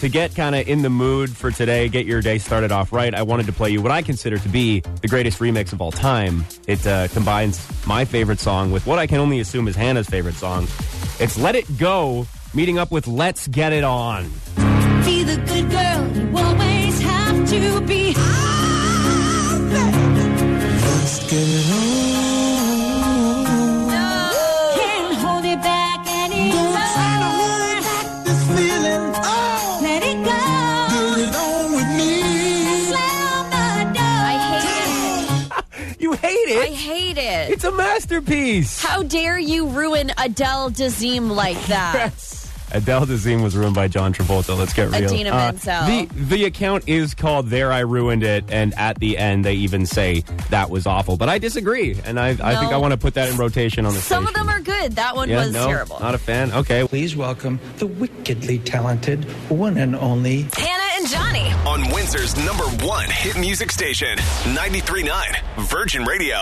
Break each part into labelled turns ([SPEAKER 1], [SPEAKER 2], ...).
[SPEAKER 1] to get kind of in the mood for today, get your day started off right, I wanted to play you what I consider to be the greatest remix of all time. It uh, combines my favorite song with what I can only assume is Hannah's favorite song. It's Let It Go, meeting up with Let's Get It On.
[SPEAKER 2] Be the good girl you always have to be. Can't hold it back anymore. Let it go. Slam the door.
[SPEAKER 3] I hate it.
[SPEAKER 1] You hate it?
[SPEAKER 3] I hate it.
[SPEAKER 1] it's a masterpiece.
[SPEAKER 3] How dare you ruin Adele Dazeem like that?
[SPEAKER 1] Adele Dazeem was ruined by John Travolta. Let's get real. Uh,
[SPEAKER 3] Idina Menzel.
[SPEAKER 1] The the account is called "There I Ruined It," and at the end they even say that was awful. But I disagree, and I, I think
[SPEAKER 3] No.
[SPEAKER 1] I want to put that in rotation on the
[SPEAKER 3] Some of
[SPEAKER 1] station.
[SPEAKER 3] them are good. That one
[SPEAKER 1] yeah,
[SPEAKER 3] was
[SPEAKER 1] no,
[SPEAKER 3] terrible.
[SPEAKER 1] Not a fan. Okay,
[SPEAKER 4] Please welcome the wickedly talented one and only
[SPEAKER 3] Hannah and Johnny.
[SPEAKER 5] On Windsor's number one hit music station, 93.9 Virgin Radio.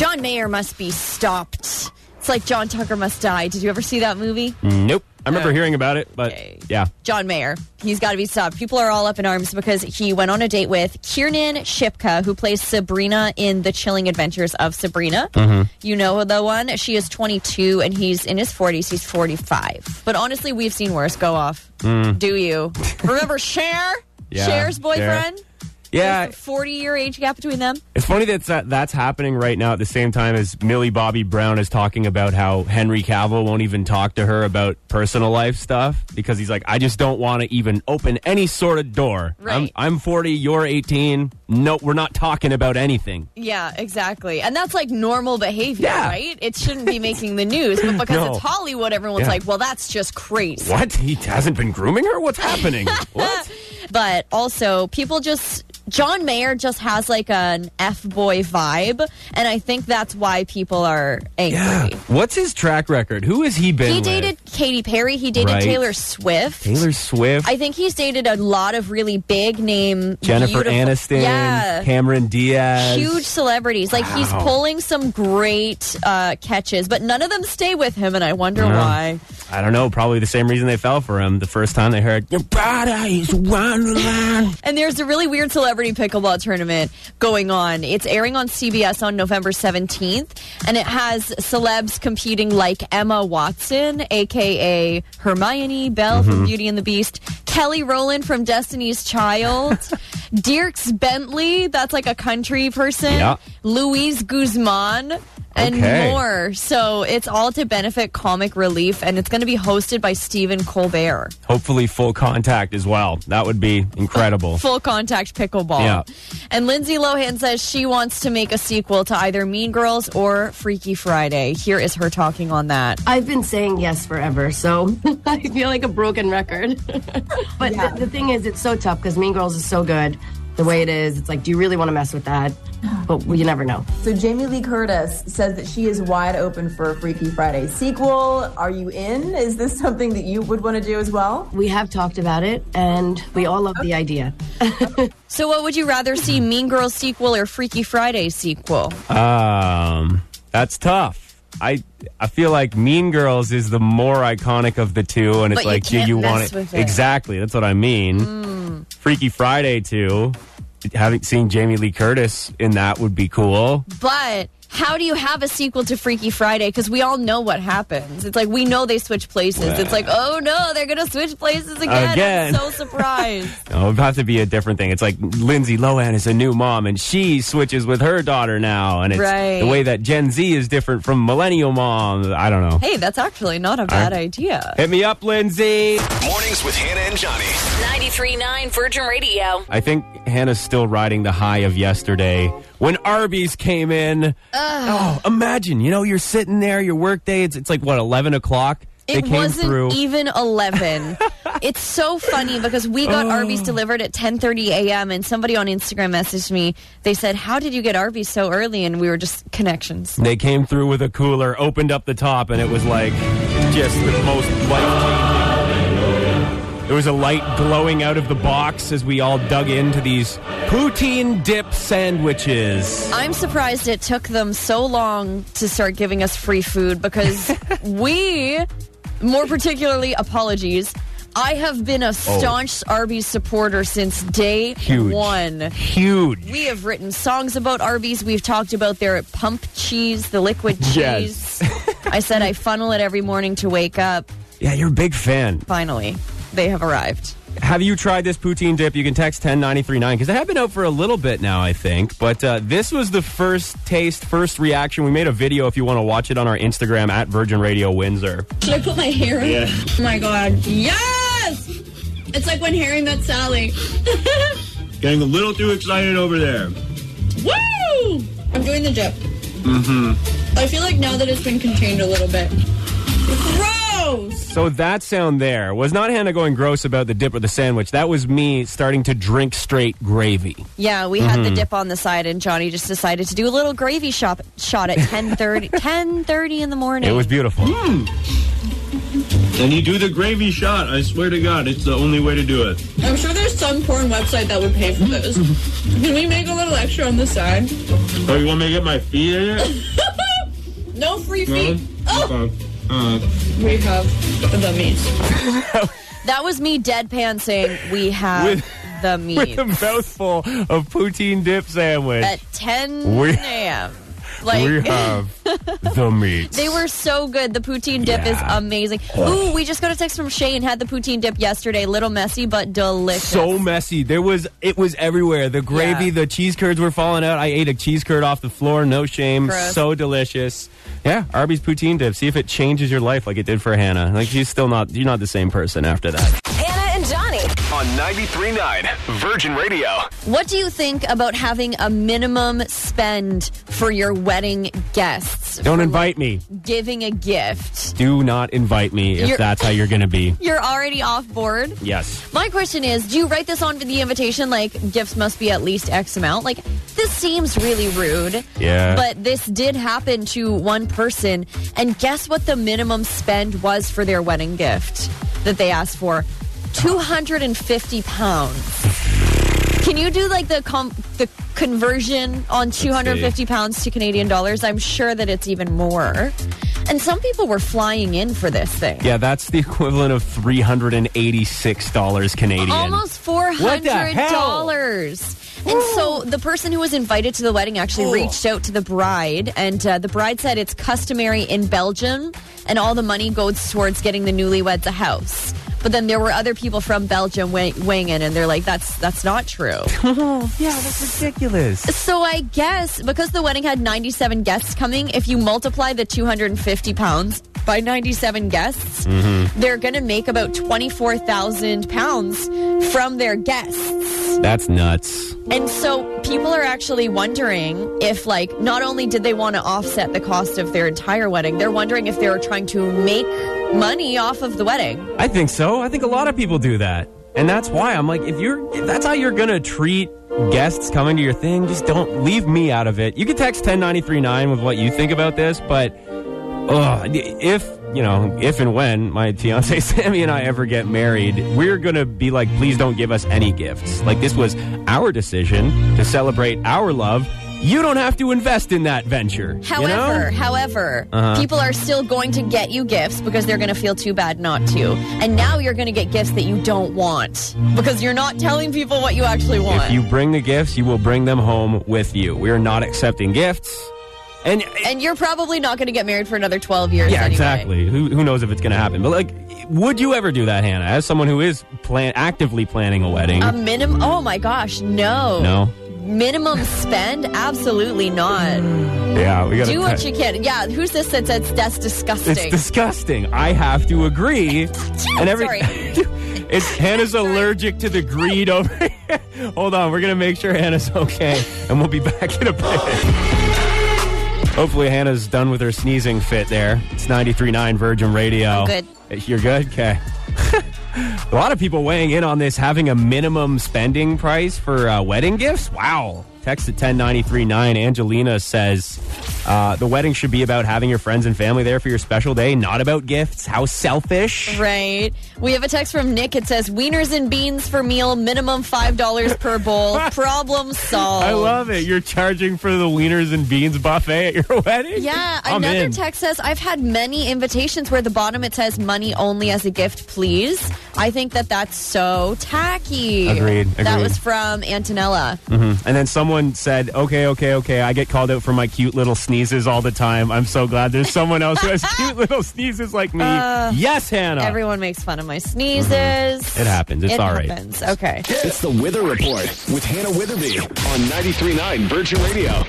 [SPEAKER 3] John Mayer must be stopped. It's like John Tucker must die. Did you ever see that movie?
[SPEAKER 1] nope. I remember hearing about it, but
[SPEAKER 3] Okay.
[SPEAKER 1] yeah,
[SPEAKER 3] John Mayer. He's got to be stopped. People are all up in arms because he went on a date with Kiernan Shipka, who plays Sabrina in The Chilling Adventures of Sabrina.
[SPEAKER 1] Mm-hmm.
[SPEAKER 3] You know the one. She is 22 and he's in his 40s. He's 45. But honestly, we've seen worse. Go off. Do you? Remember Cher?
[SPEAKER 1] Mm. Yeah,
[SPEAKER 3] Cher's boyfriend?
[SPEAKER 1] yeah.
[SPEAKER 3] There's a 40 year age gap between them.
[SPEAKER 1] It's funny that that that's happening right now at the same time as Millie Bobby Brown is talking about how Henry Cavill won't even talk to her about personal life stuff because he's like, I just don't want to even open any sort of door. I'm,
[SPEAKER 3] Right.
[SPEAKER 1] I'm 40, you're 18. No, we're not talking about anything.
[SPEAKER 3] Yeah, exactly. And that's like normal behavior,
[SPEAKER 1] Yeah.
[SPEAKER 3] right? It shouldn't be making the news, but because
[SPEAKER 1] No.
[SPEAKER 3] it's Hollywood, everyone's
[SPEAKER 1] Yeah.
[SPEAKER 3] like, well, that's just crazy.
[SPEAKER 1] What? He hasn't been grooming her? What's happening? what?
[SPEAKER 3] But also, people just. John Mayer just has like an F boy vibe, and I think that's why people are angry.
[SPEAKER 1] What's his track record? Who has he been
[SPEAKER 3] He
[SPEAKER 1] with?
[SPEAKER 3] dated Katy Perry, he dated
[SPEAKER 1] Right.
[SPEAKER 3] Taylor Swift.
[SPEAKER 1] Taylor Swift,
[SPEAKER 3] I think he's dated a lot of really big name
[SPEAKER 1] Jennifer
[SPEAKER 3] beautiful-
[SPEAKER 1] Aniston,
[SPEAKER 3] Yeah.
[SPEAKER 1] Cameron Diaz.
[SPEAKER 3] huge celebrities. Like he's
[SPEAKER 1] Wow.
[SPEAKER 3] pulling some great uh, catches, but none of them stay with him, and I wonder
[SPEAKER 1] Yeah.
[SPEAKER 3] why.
[SPEAKER 1] I don't know, probably the same reason they fell for him the first time they heard, Your body is wonderland.
[SPEAKER 3] And there's a really weird celebrity pickleball tournament going on. It's airing on CBS on November 17th, and it has celebs competing like Emma Watson, aka Hermione Bell
[SPEAKER 1] Mm-hmm.
[SPEAKER 3] from Beauty and the Beast, Kelly Rowland from Destiny's Child, Dirks Bentley, that's like a country person,
[SPEAKER 1] Yeah.
[SPEAKER 3] Luis Guzman. And
[SPEAKER 1] Okay.
[SPEAKER 3] more. So it's all to benefit comic relief, and it's going to be hosted by Stephen Colbert.
[SPEAKER 1] Hopefully, full contact as well. That would be incredible.
[SPEAKER 3] full contact pickleball.
[SPEAKER 1] Yeah.
[SPEAKER 3] And Lindsay Lohan says she wants to make a sequel to either Mean Girls or Freaky Friday. Here is her talking on that.
[SPEAKER 6] I've been saying yes forever, so I feel like a broken record. but the, the thing is, it's so tough because Mean Girls is so good the way it is. It's like, do you really want to mess with that? But you never know.
[SPEAKER 7] So Jamie Lee Curtis says that she is wide open for a Freaky Friday sequel. Are you in? Is this something that you would want to do as well?
[SPEAKER 6] We have talked about it, and we all love the idea.
[SPEAKER 3] So, what would you rather see, Mean Girls sequel or Freaky Friday sequel?
[SPEAKER 1] Um, that's tough. I I feel like Mean Girls is the more iconic of the two, and it's
[SPEAKER 3] But you
[SPEAKER 1] like, do
[SPEAKER 3] can't
[SPEAKER 1] you
[SPEAKER 3] mess
[SPEAKER 1] want it?
[SPEAKER 3] with it. Hmm.
[SPEAKER 1] Exactly. That's what I mean. Freaky Friday too. Having seen Jamie Lee Curtis in that would be cool.
[SPEAKER 3] But how do you have a sequel to Freaky Friday? Because we all know what happens. It's like we know they switch places. It's like, oh no, they're going to switch places again.
[SPEAKER 1] Again.
[SPEAKER 3] I'm so surprised.
[SPEAKER 1] No, it would Oh, have to be a different thing. It's like Lindsay Lohan is a new mom, and she switches with her daughter now, and it's
[SPEAKER 3] Right.
[SPEAKER 1] the way that Gen Z is different from millennial mom. I don't know.
[SPEAKER 3] hey, that's actually not a bad idea.
[SPEAKER 1] Hit me up, Lindsay.
[SPEAKER 5] Mornings with Hannah and Johnny.
[SPEAKER 8] 93.9 Virgin Radio.
[SPEAKER 1] I think Hannah's still riding the high of yesterday when Arby's came in. Oh, imagine, you know, you're sitting there, your workday, it's, it's like, what, 11 o'clock? they
[SPEAKER 3] It
[SPEAKER 1] came
[SPEAKER 3] wasn't
[SPEAKER 1] through.
[SPEAKER 3] even eleven. it's so funny because we got
[SPEAKER 1] Oh.
[SPEAKER 3] Arby's delivered at ten thirty a.m. and somebody on Instagram messaged me. They said, "How did you get Arby's so early?" And we were just connections.
[SPEAKER 1] they came through with a cooler, opened up the top, and it was like just the most light changing. There was a light glowing out of the box as we all dug into these poutine dip sandwiches.
[SPEAKER 3] I'm surprised it took them so long to start giving us free food because we, more particularly, apologies. I have been a staunch Arby's supporter since day
[SPEAKER 1] Oh. Huge.
[SPEAKER 3] one.
[SPEAKER 1] Huge.
[SPEAKER 3] We have written songs about Arby's. We've talked about their pump cheese, the liquid
[SPEAKER 1] Yes.
[SPEAKER 3] cheese. I said I funnel it every morning to wake up.
[SPEAKER 1] Yeah, you're a big fan.
[SPEAKER 3] Finally, they have arrived.
[SPEAKER 1] Have you tried this poutine dip? You can text 10939 because they have been out for a little bit now, I think. But uh, this was the first taste, first reaction. We made a video if you want to watch it on our Instagram at Virgin Radio Windsor.
[SPEAKER 9] Should I put my hair in? Oh my god. Yes! It's like when Harry met Sally.
[SPEAKER 10] Getting a little too excited over there.
[SPEAKER 9] Woo! I'm doing the dip. Mm-hmm.
[SPEAKER 10] Mm-hmm.
[SPEAKER 9] I feel like now that it's been contained a little bit. Gross!
[SPEAKER 1] So that sound there was not Hannah going gross about the dip or the sandwich. That was me starting to drink straight gravy.
[SPEAKER 3] Yeah, we had
[SPEAKER 10] Mm-hmm.
[SPEAKER 3] the dip on the side, and Johnny just decided to do a little gravy shop shot at 10.30, 10.30 in the morning.
[SPEAKER 1] It was beautiful.
[SPEAKER 10] And Hmm. you do the gravy shot. I swear to God, it's the only way to do it.
[SPEAKER 9] I'm sure there's some porn website that would pay for this. Can we make a little extra on the side?
[SPEAKER 10] Oh, you want me to get my feet in it?
[SPEAKER 9] No free
[SPEAKER 10] No?
[SPEAKER 9] feet. Oh,
[SPEAKER 10] Okay. Uh,
[SPEAKER 9] we have the meat.
[SPEAKER 3] that was me deadpan saying, we have
[SPEAKER 1] With-
[SPEAKER 3] the meat.
[SPEAKER 1] With a mouthful of poutine dip sandwich.
[SPEAKER 3] at 10
[SPEAKER 1] We-
[SPEAKER 3] a.m. Uh, Like
[SPEAKER 1] we have the meat.
[SPEAKER 3] they were so good. The poutine dip is
[SPEAKER 1] Yeah. Oh.
[SPEAKER 3] amazing. Ooh, we just got a text from Shane. Had the poutine dip yesterday. Little messy, but delicious.
[SPEAKER 1] so messy. There was it was everywhere. The gravy,
[SPEAKER 3] Yeah.
[SPEAKER 1] the cheese curds were falling out. I ate a cheese curd off the floor. No shame.
[SPEAKER 3] Gross.
[SPEAKER 1] So delicious. Yeah, Arby's poutine dip. See if it changes your life like it did for Hannah. Like she's still not you're not the same person after that.
[SPEAKER 8] Hannah and Johnny.
[SPEAKER 5] On 93.9 Virgin Radio.
[SPEAKER 3] What do you think about having a minimum spend for your wedding guests?
[SPEAKER 1] Don't invite me.
[SPEAKER 3] Giving a gift.
[SPEAKER 1] Do not invite me if
[SPEAKER 3] You're-
[SPEAKER 1] that's how you're going to be.
[SPEAKER 3] You're already off board.
[SPEAKER 1] Yes.
[SPEAKER 3] My question is, do you write this on the invitation like gifts must be at least X amount? Like this seems really rude.
[SPEAKER 1] Yeah.
[SPEAKER 3] But this did happen to one person and guess what the minimum spend was for their wedding gift that they asked for? 250 pounds. Can you do like the com- the conversion on 250 pounds to Canadian dollars? I'm sure that it's even more. And some people were flying in for this thing.
[SPEAKER 1] Yeah, that's the equivalent of three hundred and eighty-six dollars Canadian.
[SPEAKER 3] Almost four
[SPEAKER 1] What the
[SPEAKER 3] hundred
[SPEAKER 1] hell?
[SPEAKER 3] dollars. And so the person who was invited to the wedding actually reached out to the bride, and uh, the bride said it's customary in Belgium, and all the money goes towards getting the newlyweds a house. But then there were other people from Belgium weigh- weighing in, and they're like, "That's that's not true."
[SPEAKER 1] Yeah, that's ridiculous.
[SPEAKER 3] so I guess because the wedding had ninety-seven guests coming, if you multiply the two hundred and fifty pounds by ninety-seven guests, they're going to make about twenty-four thousand pounds from their guests.
[SPEAKER 1] That's nuts.
[SPEAKER 3] And so people are actually wondering if, like, not only did they want to offset the cost of their entire wedding, they're wondering if they were trying to make money off of the wedding.
[SPEAKER 1] I think so. I think a lot of people do that. And that's why I'm like, if you're if that's how you're gonna treat guests coming to your thing, just don't leave me out of it. You can text ten ninety three nine with what you think about this, but ugh, if you know, if and when my fiance Sammy and I ever get married, we're gonna be like, please don't give us any gifts. Like this was our decision to celebrate our love. You don't have to invest in that venture. you know?
[SPEAKER 3] However, however,
[SPEAKER 1] Uh-huh.
[SPEAKER 3] people are still going to get you gifts because they're going to feel too bad not to. And now you're going to get gifts that you don't want because you're not telling people what you actually want.
[SPEAKER 1] If you bring the gifts, you will bring them home with you. We are not accepting gifts. And,
[SPEAKER 3] and you're probably not going to get married for another 12 years
[SPEAKER 1] yeah,
[SPEAKER 3] anyway.
[SPEAKER 1] exactly. Who, who knows if it's going to happen? But like, would you ever do that, Hannah? As someone who is plan actively planning a wedding,
[SPEAKER 3] A minimum? Oh my gosh, no.
[SPEAKER 1] no.
[SPEAKER 3] Minimum spend? Absolutely not.
[SPEAKER 1] Yeah, we got
[SPEAKER 3] Do what you can. Yeah, who's this that says that's disgusting?
[SPEAKER 1] It's disgusting. I have to agree. and every
[SPEAKER 3] Sorry.
[SPEAKER 1] it's Hannah's allergic to the greed over here. Hold on, we're gonna make sure Hannah's okay, and we'll be back in a bit. Hopefully, Hannah's done with her sneezing fit there. It's 93.9 Virgin Radio.
[SPEAKER 3] I'm good.
[SPEAKER 1] You're good? Okay. a lot of people weighing in on this having a minimum spending price for uh, wedding gifts. Wow. Text at 10939. Angelina says uh, the wedding should be about having your friends and family there for your special day, not about gifts. How selfish.
[SPEAKER 3] Right. We have a text from Nick. It says wieners and beans for meal, minimum five dollars per bowl. Problem solved.
[SPEAKER 1] I love it. You're charging for the wieners and beans buffet at your wedding?
[SPEAKER 3] Yeah,
[SPEAKER 1] I'm
[SPEAKER 3] another
[SPEAKER 1] in.
[SPEAKER 3] text says I've had many invitations where the bottom it says money only as a gift, please. I think that that's so tacky.
[SPEAKER 1] Agreed,
[SPEAKER 3] That
[SPEAKER 1] agreed.
[SPEAKER 3] was from Antonella.
[SPEAKER 1] Mhm. And then someone said, okay, okay, okay, I get called out for my cute little sneezes all the time. I'm so glad there's someone else who has cute little sneezes like me.
[SPEAKER 3] Uh,
[SPEAKER 1] yes, Hannah.
[SPEAKER 3] Everyone makes fun of my sneezes.
[SPEAKER 1] It happens. It's
[SPEAKER 3] it
[SPEAKER 1] all right.
[SPEAKER 3] happens. Okay.
[SPEAKER 5] It's the Wither Report with Hannah Witherby on 93.9 Virgin Radio.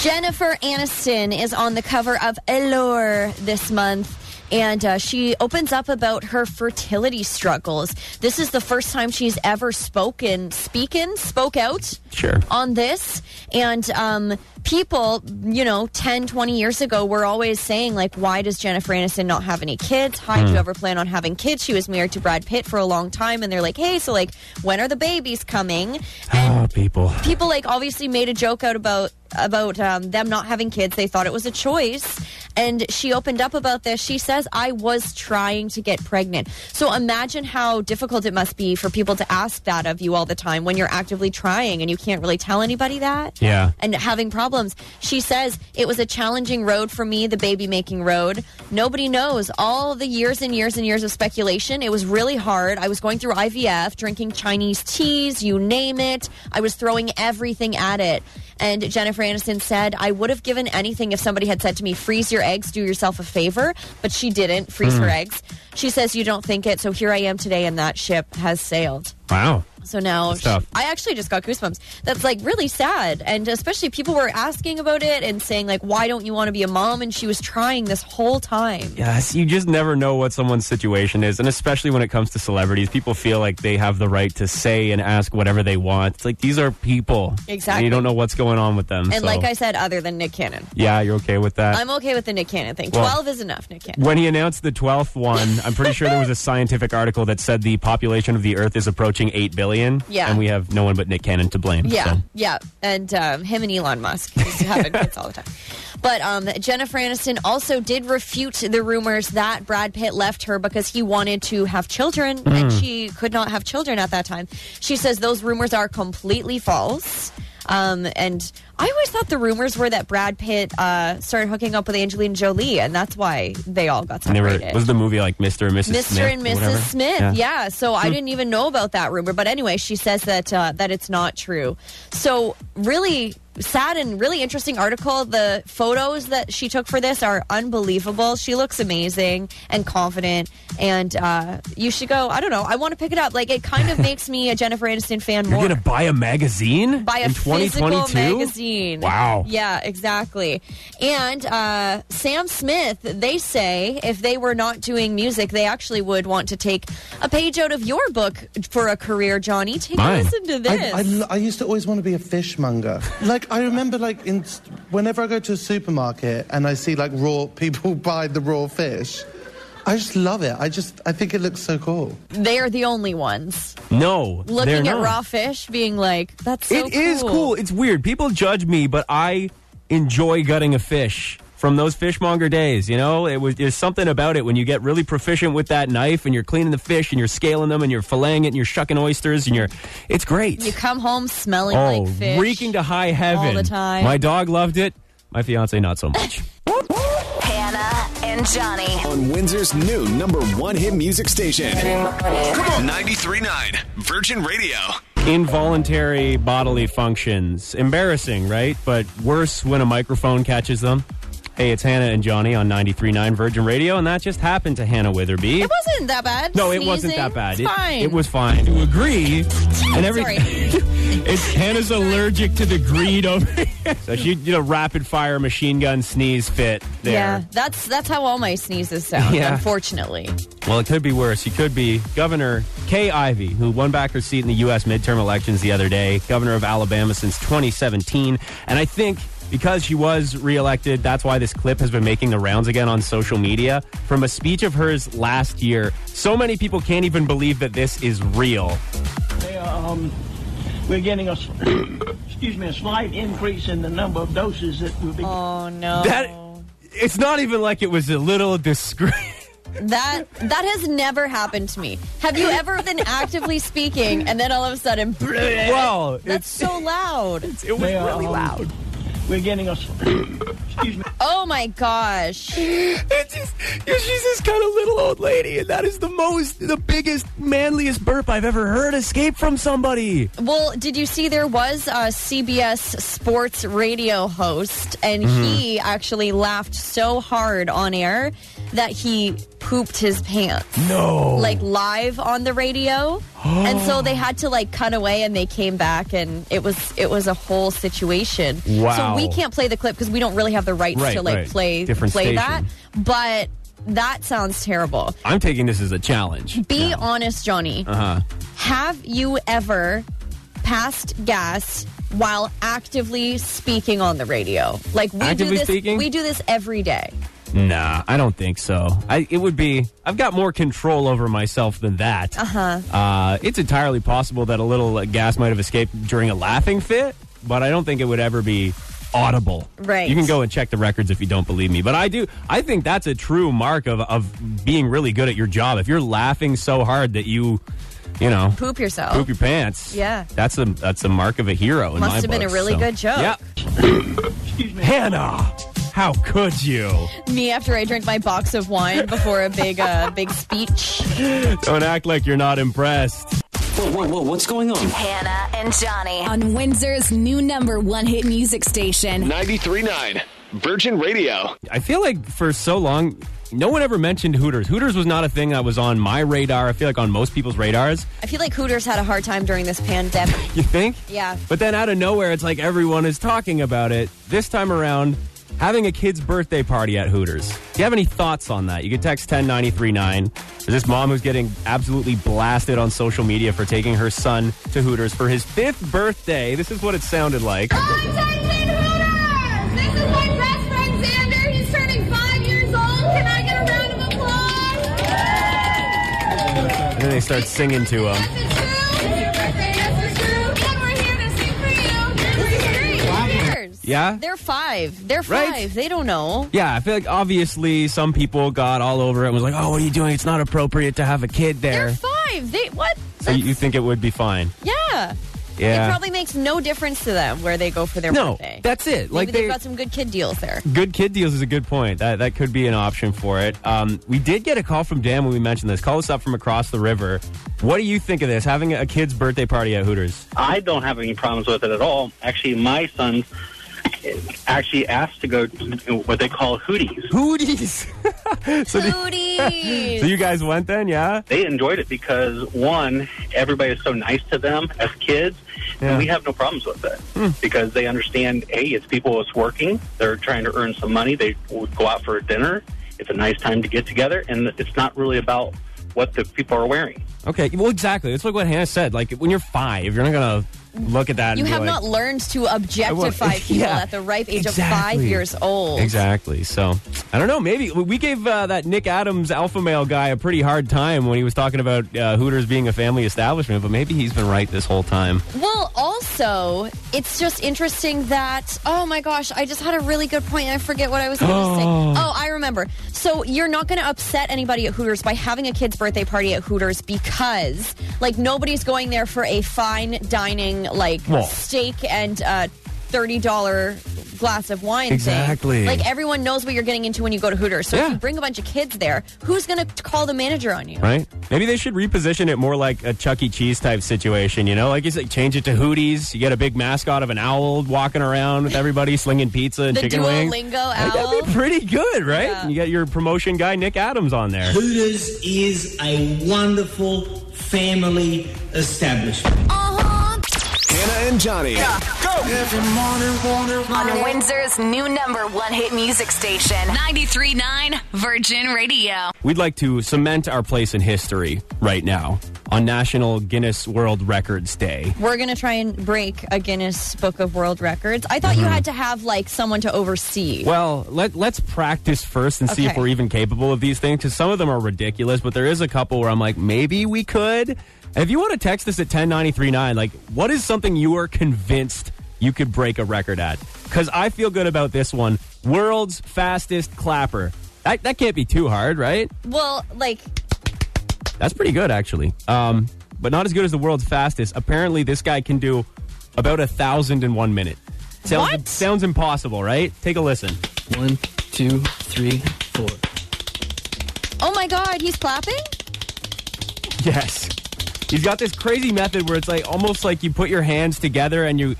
[SPEAKER 3] Jennifer Aniston is on the cover of Allure this month. And uh, she opens up about her fertility struggles. This is the first time she's ever spoken, speaking, spoke out
[SPEAKER 1] Sure.
[SPEAKER 3] on this. And um, people, you know, 10, 20 years ago were always saying, like, why does Jennifer Aniston not have any kids? Hi, do you ever plan on having kids? She was married to Brad Pitt for a long time. And they're like, hey, so, like, when are the babies coming?
[SPEAKER 1] Oh, people.
[SPEAKER 3] people like obviously made a joke out about about um, them not having kids they thought it was a choice and she opened up about this she says i was trying to get pregnant so imagine how difficult it must be for people to ask that of you all the time when you're actively trying and you can't really tell anybody that
[SPEAKER 1] Yeah.
[SPEAKER 3] and having problems she says it was a challenging road for me the baby making road nobody knows all the years and years and years of speculation it was really hard i was going through ivf drinking chinese teas you name it i was throwing everything at it and jennifer aniston said i would have given anything if somebody had said to me freeze your eggs do yourself a favor but she didn't freeze her eggs she says you don't think it so here i am today and that ship has sailed
[SPEAKER 1] Wow.
[SPEAKER 3] so now
[SPEAKER 1] That's tough.
[SPEAKER 3] I actually just got goosebumps. That's like really sad. And especially people were asking about it and saying like why don't you want to be a mom and she was trying this whole time.
[SPEAKER 1] Yes, you just never know what someone's situation is, and especially when it comes to celebrities, people feel like they have the right to say and ask whatever they want. It's like these are people, And
[SPEAKER 3] Exactly.
[SPEAKER 1] you don't know what's going on with them.
[SPEAKER 3] And
[SPEAKER 1] so-
[SPEAKER 3] like I said other than Nick Cannon.
[SPEAKER 1] yeah, you're okay with that.
[SPEAKER 3] I'm okay with the Nick Cannon thing.
[SPEAKER 1] Well-
[SPEAKER 3] 12 is enough, Nick Cannon.
[SPEAKER 1] when he announced the 12th one, I'm pretty sure there was a scientific article that said the population of the Earth is approaching 8 billion.
[SPEAKER 3] Yeah.
[SPEAKER 1] And we have no one but Nick Cannon to blame.
[SPEAKER 3] Yeah,
[SPEAKER 1] so.
[SPEAKER 3] yeah, and um, him and Elon Musk used to having kids all the time. But um, Jennifer Aniston also did refute the rumors that Brad Pitt left her because he wanted to have children
[SPEAKER 1] Hmm.
[SPEAKER 3] and she could not have children at that time. She says those rumors are completely false. Um, and I always thought the rumors were that Brad Pitt uh, started hooking up with Angelina Jolie, and that's why they all got
[SPEAKER 1] And they were,
[SPEAKER 3] separated.
[SPEAKER 1] was the movie like Mr. and Mrs.
[SPEAKER 3] Mr.
[SPEAKER 1] Smith
[SPEAKER 3] and
[SPEAKER 1] or
[SPEAKER 3] Mrs.
[SPEAKER 1] whatever? Hmm.
[SPEAKER 3] Smith. Yeah. So I didn't even know about that rumor, but anyway, she says that uh, that it's not true. So really sad and really interesting article. The photos that she took for this are unbelievable. She looks amazing and confident, and uh, you should go. I don't know. I want to pick it up. Like it kind of makes me a Jennifer Aniston fan
[SPEAKER 1] You're
[SPEAKER 3] more.
[SPEAKER 1] going to buy a magazine?
[SPEAKER 3] Buy a
[SPEAKER 1] in
[SPEAKER 3] physical
[SPEAKER 1] 2022?
[SPEAKER 3] magazine.
[SPEAKER 1] Wow.
[SPEAKER 3] Yeah, exactly. And uh, Sam Smith, they say if they were not doing music, they actually would want to take a page out of your book for a career, Johnny. Take
[SPEAKER 1] Mine.
[SPEAKER 3] a listen to
[SPEAKER 11] I,
[SPEAKER 3] this.
[SPEAKER 11] I lo- I used to always want to be a fishmonger. Like I remember, like in whenever I go to a supermarket and I see like raw people buy the raw fish, I just love it. I just I think it looks so cool.
[SPEAKER 3] they are the only ones
[SPEAKER 1] No.
[SPEAKER 3] looking
[SPEAKER 1] they're
[SPEAKER 3] at
[SPEAKER 1] not.
[SPEAKER 3] raw fish, being like, "That's so
[SPEAKER 1] It is cool. It's weird. People judge me, but I enjoy gutting a fish from those fishmonger days. You know, it was there's something about it when you get really proficient with that knife and you're cleaning the fish and you're scaling them and you're filleting it and you're shucking oysters and you're it's great.
[SPEAKER 3] You come home smelling
[SPEAKER 1] oh,
[SPEAKER 3] like fish.
[SPEAKER 1] reeking to high heaven
[SPEAKER 3] all the time.
[SPEAKER 1] My dog loved it. My fiance not so much.
[SPEAKER 8] Hannah and Johnny.
[SPEAKER 5] On Windsor's new number one hit music station. Come on. 93.9 Virgin Radio.
[SPEAKER 1] Involuntary bodily functions. Embarrassing, right? But worse when a microphone catches them. Hey, it's Hannah and Johnny on 93.9 Virgin Radio, and that just happened to Hannah Witherby.
[SPEAKER 3] It wasn't that bad.
[SPEAKER 1] no, it
[SPEAKER 3] Sneezing,
[SPEAKER 1] wasn't that bad.
[SPEAKER 3] It's
[SPEAKER 1] It,
[SPEAKER 3] fine.
[SPEAKER 1] it was fine. To agree, and everything. it's Hannah's allergic to the greed over. so she did a rapid fire machine gun sneeze fit there.
[SPEAKER 3] Yeah, that's that's how all my sneezes sound.
[SPEAKER 1] Yeah.
[SPEAKER 3] Unfortunately,
[SPEAKER 1] Well, it could be worse. He could be Governor Kay Ivey, who won back her seat in the U.S. midterm elections the other day, governor of Alabama since 2017. And I think because she was reelected, that's why this clip has been making the rounds again on social media from a speech of hers last year. So many people can't even believe that this is real.
[SPEAKER 12] um, we're getting a, excuse me, a slight increase in the number of doses that will be.
[SPEAKER 3] Oh no!
[SPEAKER 1] That it's not even like it was a little discreet.
[SPEAKER 3] That that has never happened to me. Have you ever been actively speaking and then all of a sudden?
[SPEAKER 12] Well,
[SPEAKER 3] that's so loud.
[SPEAKER 12] it was really loud. We're getting a. excuse me.
[SPEAKER 3] Oh my gosh!
[SPEAKER 1] It's just, she's this kind of little old lady, and that is the most, the biggest, manliest burp I've ever heard escape from somebody.
[SPEAKER 3] Well, did you see there was a CBS sports radio host, and
[SPEAKER 1] Mhm.
[SPEAKER 3] he actually laughed so hard on air that he pooped his pants.
[SPEAKER 1] No.
[SPEAKER 3] Like live on the radio. and so they had to like cut away and they came back and it was it was a whole situation.
[SPEAKER 1] Wow.
[SPEAKER 3] So we can't play the clip because we don't really have the rights
[SPEAKER 1] Right,
[SPEAKER 3] to like
[SPEAKER 1] right.
[SPEAKER 3] play
[SPEAKER 1] Different
[SPEAKER 3] play
[SPEAKER 1] station.
[SPEAKER 3] that. But that sounds terrible.
[SPEAKER 1] I'm taking this as a challenge.
[SPEAKER 3] Be honest, Johnny.
[SPEAKER 1] Uh huh.
[SPEAKER 3] Have you ever passed gas while actively speaking on the radio? Like we do
[SPEAKER 1] Actively
[SPEAKER 3] this
[SPEAKER 1] speaking?
[SPEAKER 3] we do this every day.
[SPEAKER 1] Nah, I don't think so. I it would be. I've got more control over myself than that.
[SPEAKER 3] Uh-huh.
[SPEAKER 1] Uh, it's entirely possible that a little uh, gas might have escaped during a laughing fit, but I don't think it would ever be audible.
[SPEAKER 3] Right.
[SPEAKER 1] You can go and check the records if you don't believe me, but I do. I think that's a true mark of of being really good at your job. If you're laughing so hard that you, you know,
[SPEAKER 3] Poop yourself.
[SPEAKER 1] poop your pants.
[SPEAKER 3] Yeah.
[SPEAKER 1] That's a that's a mark of a hero. in
[SPEAKER 3] Must
[SPEAKER 1] my
[SPEAKER 3] have been a
[SPEAKER 1] books,
[SPEAKER 3] really
[SPEAKER 1] so-
[SPEAKER 3] good joke.
[SPEAKER 1] Yeah. Hannah, how could you?
[SPEAKER 3] Me after I drink my box of wine before a big uh, big speech.
[SPEAKER 1] Don't act like you're not impressed.
[SPEAKER 13] Whoa, whoa, whoa, what's going on?
[SPEAKER 8] Hannah and Johnny.
[SPEAKER 14] On Windsor's new number one hit music station.
[SPEAKER 5] 93.9 Virgin Radio.
[SPEAKER 1] I feel like for so long, no one ever mentioned Hooters. Hooters was not a thing that was on my radar. I feel like on most people's radars.
[SPEAKER 3] I feel like Hooters had a hard time during this pandemic.
[SPEAKER 1] You think?
[SPEAKER 3] Yeah.
[SPEAKER 1] But then out of nowhere, it's like everyone is talking about it. This time around, having a kid's birthday party at Hooters. Do you have any thoughts on that? You can text 10939. There's this mom who's getting absolutely blasted on social media for taking her son to Hooters for his fifth birthday. This is what it sounded like.
[SPEAKER 9] This is my best friend Xander. He's turning five years old. Can I get a round of applause?
[SPEAKER 1] And then they start singing to him. Yeah?
[SPEAKER 3] They're five. They're five.
[SPEAKER 1] Right?
[SPEAKER 3] They don't know.
[SPEAKER 1] Yeah, I feel like obviously some people got all over it and was like, oh, what are you doing? It's not appropriate to have a kid there.
[SPEAKER 3] Five. They what?
[SPEAKER 1] So you you think it would be fine?
[SPEAKER 3] Yeah.
[SPEAKER 1] Yeah.
[SPEAKER 3] It probably makes no difference to them where they go for their
[SPEAKER 1] No,
[SPEAKER 3] birthday.
[SPEAKER 1] that's it. Like
[SPEAKER 3] Maybe they've
[SPEAKER 1] they-
[SPEAKER 3] got some good kid deals there.
[SPEAKER 1] Good kid deals is a good point. That that could be an option for it. Um, we did get a call from Dan when we mentioned this. Call us up from across the river. What do you think of this? Having a kid's birthday party at Hooters?
[SPEAKER 15] I don't have any problems with it at all. Actually, my son eh, actually asked to go to what they call hooties.
[SPEAKER 1] Hooties. so,
[SPEAKER 3] the,
[SPEAKER 15] so
[SPEAKER 1] you guys went then, yeah?
[SPEAKER 15] They enjoyed it because one, everybody is so nice to them as kids,
[SPEAKER 1] Yeah.
[SPEAKER 15] and we have no problems with it because they understand. Hey, it's people that's working; they're trying to earn some money. They would go out for a dinner. It's a nice time to get together, and it's not really about what the people are wearing.
[SPEAKER 1] Okay, well, exactly. It's like what Hannah said. Like when you're five, you're not gonna look at that.
[SPEAKER 3] You
[SPEAKER 1] and be
[SPEAKER 3] have
[SPEAKER 1] like,
[SPEAKER 3] not learned to objectify people
[SPEAKER 1] yeah,
[SPEAKER 3] at the ripe age
[SPEAKER 1] exactly.
[SPEAKER 3] of five years old.
[SPEAKER 1] Exactly. So I don't know. Maybe we gave uh, that Nick Adams alpha male guy a pretty hard time when he was talking about uh, Hooters being a family establishment, but maybe he's been right this whole time.
[SPEAKER 3] Well, also, it's just interesting that, oh my gosh, I just had a really good point and I forget what I was going to say.
[SPEAKER 16] Oh.
[SPEAKER 3] Oh, I remember. So, you're not going to upset anybody at Hooters by having a kid's birthday party at Hooters because, like, nobody's going there for a fine dining, like,
[SPEAKER 16] Well.
[SPEAKER 3] steak and uh, $30 glass of wine
[SPEAKER 16] Exactly.
[SPEAKER 3] thing. Like, everyone knows what you're getting into when you go to Hooters. So, if you bring a bunch of kids there, who's going to call the manager on you?
[SPEAKER 1] Right? Maybe they should reposition it more like a Chuck E. Cheese type situation, you know? Like you said, change it to Hooties. You get a big mascot of an owl walking around with everybody slinging pizza and
[SPEAKER 3] The
[SPEAKER 1] chicken wings.
[SPEAKER 3] Duolingo
[SPEAKER 1] Like,
[SPEAKER 3] owl.
[SPEAKER 1] that'd be pretty good, right?
[SPEAKER 3] Yeah.
[SPEAKER 1] You got your promotion guy, Nick Adams, on there.
[SPEAKER 17] Hooters is a wonderful family establishment.
[SPEAKER 3] Uh-huh.
[SPEAKER 5] Hannah and Johnny.
[SPEAKER 14] On Windsor's new number one hit music station. 93.9 Virgin Radio.
[SPEAKER 1] We'd like to cement our place in history right now on National Guinness World Records Day.
[SPEAKER 3] We're going to try and break a Guinness Book of World Records. I thought you
[SPEAKER 1] Mm-hmm.
[SPEAKER 3] had to have like someone to oversee.
[SPEAKER 1] Well, let, let's practice first and see if
[SPEAKER 3] Okay.
[SPEAKER 1] we're even capable of these things because some of them are ridiculous, but there is a couple where I'm like, maybe we could. If you want to text us at 10939, like, what is something you are convinced you could break a record at? Because I feel good about this one. World's fastest clapper. That, that can't be too hard, right?
[SPEAKER 3] Well, like
[SPEAKER 1] That's pretty good, actually. Um, but not as good as the world's fastest. Apparently, this guy can do about a thousand in one minute. Sounds,
[SPEAKER 3] What?
[SPEAKER 1] Sounds impossible, right? Take a listen. One, two, three, four.
[SPEAKER 3] Oh my God, he's clapping?
[SPEAKER 1] Yes. He's got this crazy method where it's like almost like you put your hands together and you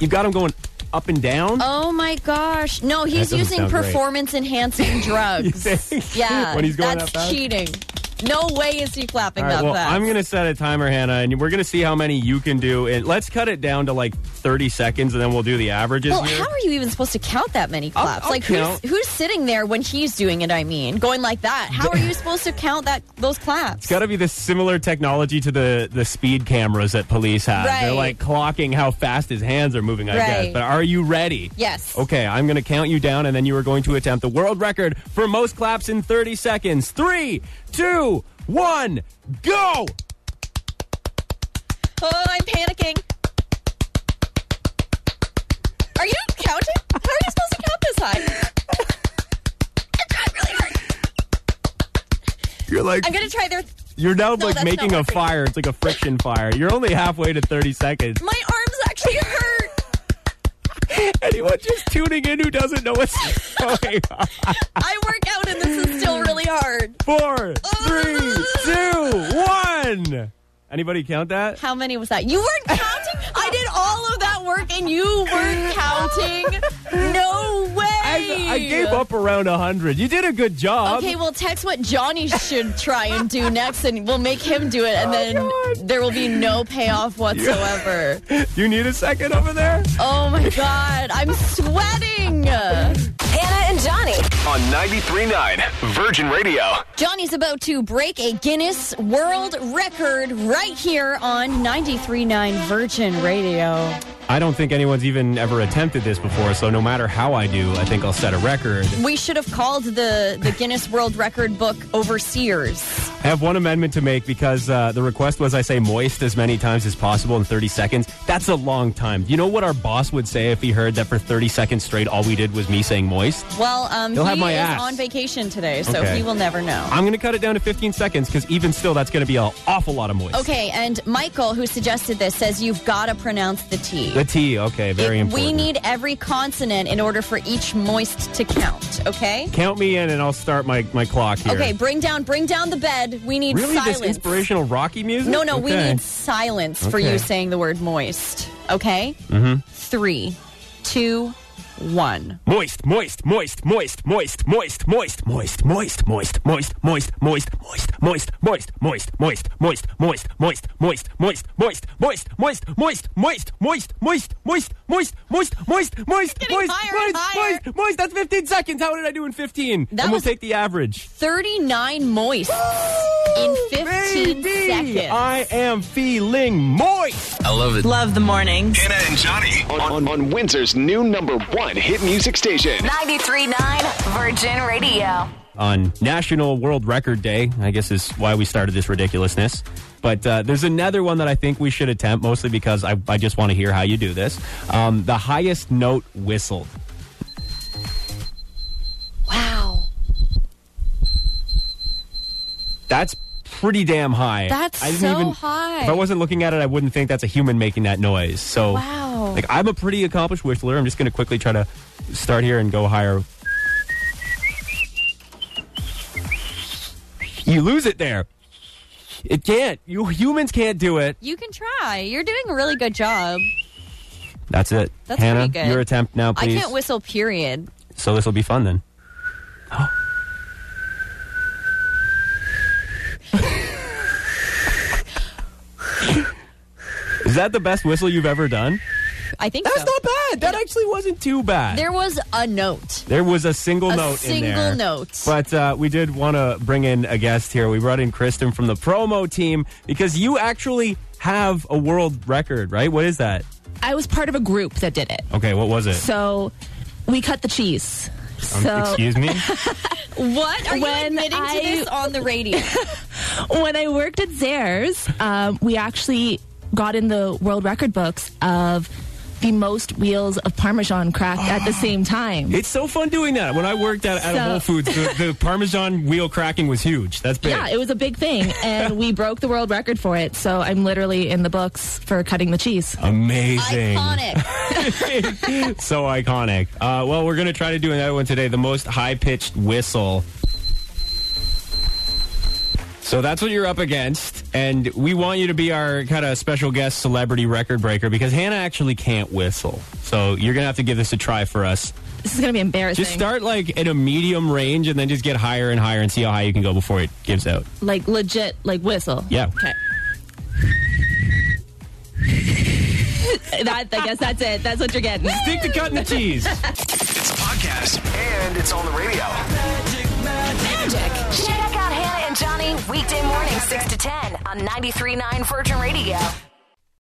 [SPEAKER 1] you got him going up and down.
[SPEAKER 3] Oh my gosh. No, he's
[SPEAKER 1] doesn't
[SPEAKER 3] using
[SPEAKER 1] sound great.
[SPEAKER 3] performance enhancing drugs. Yeah.
[SPEAKER 1] When he's going
[SPEAKER 3] that's
[SPEAKER 1] that fast?
[SPEAKER 3] cheating. No way is he clapping
[SPEAKER 1] All right,
[SPEAKER 3] that
[SPEAKER 1] well,
[SPEAKER 3] fast.
[SPEAKER 1] I'm going to set a timer, Hannah, and we're going to see how many you can do. And let's cut it down to like 30 seconds, and then we'll do the averages
[SPEAKER 3] well,
[SPEAKER 1] here.
[SPEAKER 3] how are you even supposed to count that many claps?
[SPEAKER 1] I'll
[SPEAKER 3] like
[SPEAKER 1] count.
[SPEAKER 3] who's who's sitting there when he's doing it, I mean, going like that? How are you supposed to count that those claps?
[SPEAKER 1] It's got to be the similar technology to the the speed cameras that police have. They're
[SPEAKER 3] Right.
[SPEAKER 1] like clocking how fast his hands are moving, I guess.
[SPEAKER 3] Right.
[SPEAKER 1] But are you ready?
[SPEAKER 3] Yes.
[SPEAKER 1] Okay, I'm going to count you down, and then you are going to attempt the world record for most claps in 30 seconds. Three, two, one, go!
[SPEAKER 3] Oh, I'm panicking. Are you counting? How are you supposed to count this high?
[SPEAKER 1] You're like,
[SPEAKER 3] I'm gonna try their
[SPEAKER 1] you're now
[SPEAKER 3] No,
[SPEAKER 1] like
[SPEAKER 3] that's
[SPEAKER 1] making a
[SPEAKER 3] not working.
[SPEAKER 1] fire. It's like a friction fire. You're only halfway to 30 seconds.
[SPEAKER 3] my arms actually hurt.
[SPEAKER 1] Anyone just tuning in who doesn't know what's going on?
[SPEAKER 3] I work out and this is still really hard.
[SPEAKER 1] Four, three, two, one. Anybody count that?
[SPEAKER 3] How many was that? You weren't counting? I did all of that work and you weren't counting? No way.
[SPEAKER 1] I, I gave up around 100. You did a good job.
[SPEAKER 3] Okay, well, text what Johnny should try and do next, and we'll make him do it, and then
[SPEAKER 1] Oh,
[SPEAKER 3] there will be no payoff whatsoever.
[SPEAKER 1] You need a second over there?
[SPEAKER 3] Oh my god, I'm sweating!
[SPEAKER 8] Hannah and Johnny.
[SPEAKER 5] On 93.9 Virgin Radio.
[SPEAKER 3] Johnny's about to break a Guinness World Record right here on 93.9 Virgin Radio.
[SPEAKER 1] I don't think anyone's even ever attempted this before, so no matter how I do, I think I'll set a record.
[SPEAKER 3] We should have called the, the Guinness World Record book overseers.
[SPEAKER 1] I have one amendment to make because uh, the request was I say moist as many times as possible in 30 seconds. That's a long time. You know what our boss would say if he heard that for 30 seconds straight, all we did was me saying moist?
[SPEAKER 3] Well, um,
[SPEAKER 1] He'll
[SPEAKER 3] he
[SPEAKER 1] have my
[SPEAKER 3] is
[SPEAKER 1] ass.
[SPEAKER 3] on vacation today, so
[SPEAKER 1] Okay.
[SPEAKER 3] he will never know.
[SPEAKER 1] I'm going to cut it down to 15 seconds because even still, that's going to be an awful lot of moist.
[SPEAKER 3] Okay, and Michael, who suggested this, says you've got to pronounce the T.
[SPEAKER 1] The T, okay, very important.
[SPEAKER 3] We need every consonant in order for each moist to count, okay?
[SPEAKER 1] Count me in and I'll start my, my clock here.
[SPEAKER 3] Okay, bring down bring down the bed. We need
[SPEAKER 1] Really,
[SPEAKER 3] silence.
[SPEAKER 1] this inspirational Rocky music?
[SPEAKER 3] no, no, we
[SPEAKER 1] Okay.
[SPEAKER 3] need silence for
[SPEAKER 1] Okay.
[SPEAKER 3] you saying the word moist. Okay?
[SPEAKER 1] Mhm.
[SPEAKER 3] Three, two, one.
[SPEAKER 1] Moist, moist, moist, moist, moist, moist, moist, moist, moist, moist, moist, moist, moist, moist, moist, moist, moist, moist, moist, moist, moist, moist, moist, moist, moist, moist, moist, moist, moist, moist, moist, moist, moist, moist, moist, moist, moist, moist, moist. That's 15 seconds. How did I do in 15?
[SPEAKER 3] That
[SPEAKER 1] And we'll
[SPEAKER 3] was-
[SPEAKER 1] take the average.
[SPEAKER 3] 39 moist in 15
[SPEAKER 1] Baby,
[SPEAKER 3] seconds.
[SPEAKER 1] I am feeling moist.
[SPEAKER 5] I love it.
[SPEAKER 16] Love the morning.
[SPEAKER 5] Hannah and Johnny on, on, on Windsor's new number one hit music station.
[SPEAKER 14] 93.9 Virgin Radio.
[SPEAKER 1] on National World Record Day, I guess is why we started this ridiculousness. But uh, there's another one that I think we should attempt, mostly because I, I just want to hear how you do this. Um, the highest note whistled.
[SPEAKER 3] Wow.
[SPEAKER 1] That's pretty damn high.
[SPEAKER 3] That's
[SPEAKER 1] I didn't
[SPEAKER 3] so
[SPEAKER 1] even,
[SPEAKER 3] high.
[SPEAKER 1] If I wasn't looking at it, I wouldn't think that's a human making that noise. So,
[SPEAKER 3] Wow.
[SPEAKER 1] like, I'm a pretty accomplished whistler. I'm just going to quickly try to start here and go higher. You lose it there. It can't. You humans can't do it.
[SPEAKER 3] You can try. You're doing a really good job.
[SPEAKER 1] That's it.
[SPEAKER 3] That's
[SPEAKER 1] Hannah,
[SPEAKER 3] pretty good.
[SPEAKER 1] your attempt now,
[SPEAKER 3] I
[SPEAKER 1] please.
[SPEAKER 3] can't whistle, period.
[SPEAKER 1] so this will be fun then. Is that the best whistle you've ever done?
[SPEAKER 3] I think
[SPEAKER 1] That's
[SPEAKER 3] so.
[SPEAKER 1] not bad. That actually wasn't too bad.
[SPEAKER 3] There was a note.
[SPEAKER 1] There was a single
[SPEAKER 3] A
[SPEAKER 1] note in there.
[SPEAKER 3] single note.
[SPEAKER 1] But uh, we did want to bring in a guest here. We brought in Kristen from the promo team because you actually have a world record, right? What is that?
[SPEAKER 16] I was part of a group that did it.
[SPEAKER 1] Okay, what was it?
[SPEAKER 16] So we cut the cheese.
[SPEAKER 1] Um,
[SPEAKER 16] So
[SPEAKER 1] excuse me?
[SPEAKER 3] What are you
[SPEAKER 16] When
[SPEAKER 3] admitting
[SPEAKER 16] I-
[SPEAKER 3] to this on the radio?
[SPEAKER 16] when I worked at Zares, um, we actually got in the world record books of
[SPEAKER 3] the most wheels of Parmesan cracked at the same time.
[SPEAKER 1] It's so fun doing that. When I worked at, at a
[SPEAKER 3] So-
[SPEAKER 1] Whole Foods, the, the Parmesan wheel cracking was huge. That's big.
[SPEAKER 3] Yeah, it was a big thing, and we broke the world record for it. So I'm literally in the books for cutting the cheese.
[SPEAKER 1] Amazing.
[SPEAKER 3] Iconic.
[SPEAKER 1] so iconic. Uh, well, we're going to try to do another one today. The most high pitched whistle. So that's what you're up against. And we want you to be our kind of special guest celebrity record breaker because Hannah actually can't whistle. So you're going to have to give this a try for us.
[SPEAKER 3] This is gonna be embarrassing.
[SPEAKER 1] Just start like in a medium range and then just get higher and higher and see how high you can go before it gives out.
[SPEAKER 3] like legit, like whistle.
[SPEAKER 1] Yeah.
[SPEAKER 3] Okay. that I guess that's it. That's what you're getting.
[SPEAKER 1] Stick to cutting the cheese.
[SPEAKER 5] It's a podcast and it's on the radio.
[SPEAKER 14] Magic. Check out Hannah and Johnny weekday morning 6 to 10 on 93.9 Virgin Radio.